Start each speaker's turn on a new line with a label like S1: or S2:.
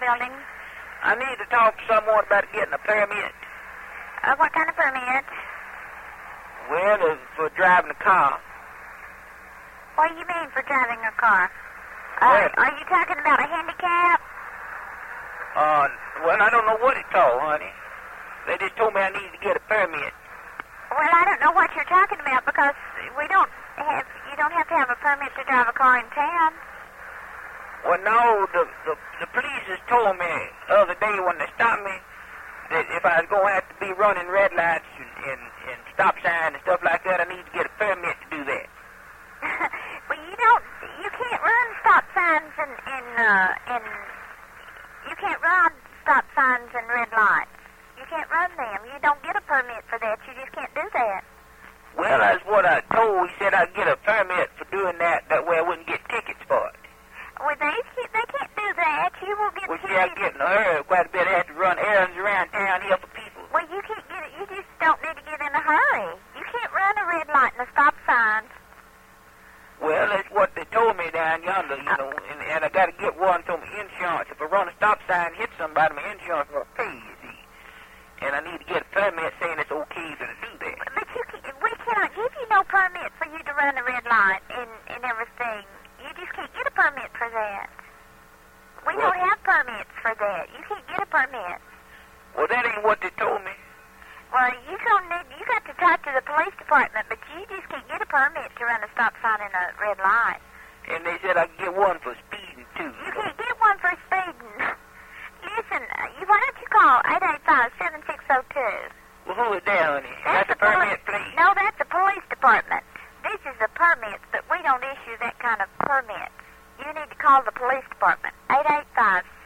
S1: building?
S2: I need to talk to someone about getting a permit.
S1: Uh, what kind of permit?
S2: Well, it's for driving a car.
S1: What do you mean for driving a car? Uh,
S2: Well-
S1: are you talking about a handicap?
S2: Uh, well, I don't know what it's called, honey. They just told me I need to get a permit.
S1: Well, I don't know what you're talking about because we don't have, you don't have to have a permit to drive a car in town.
S2: Well, no, the, the, the police just told me the other day when they stopped me that if I was going to have to be running red lights and, and, and stop signs and stuff like that, I need to get a permit to do that.
S1: well, you don't, you can't run stop signs and, and, uh, and, you can't run stop signs and red lights. You can't run them. You don't get a permit for that. You just can't do that.
S2: Well, that's what I told. He said I'd get a permit for doing that. That way I wouldn't get tickets for it.
S1: Well, they can't, they can't do that. You will get
S2: Well, see, I
S1: tickets.
S2: get in a hurry quite a bit. I have to run errands around town here for people.
S1: Well, you can't get it. You just don't need to get in a hurry. You can't run a red light and a stop sign.
S2: Well, that's what they told me down yonder, you know. And, and I got to get one from my insurance. If I run a stop sign and hit somebody, my insurance will pay, you see. And I need to get a permit saying it's okay to do that.
S1: But you can, we cannot give you no permit for you to run a red light and, and everything. You just can't get a permit for that. We don't have permits for that. You can't get a permit.
S2: Well, that ain't what they told me.
S1: Well, you gonna need you got to talk to the police department, but you just can't get a permit to run a stop sign and a red light.
S2: And they said I could get one for speeding, too.
S1: You
S2: You know.
S1: can't get one for speeding. Listen, uh, you, why don't you call eight eight five seven six zero two?
S2: Well, who is that, honey? That's a
S1: police.
S2: permit, please.
S1: No, that's the police department. This is the permits, but we don't issue that kind of permits. You need to call the police department. Eight eight five oh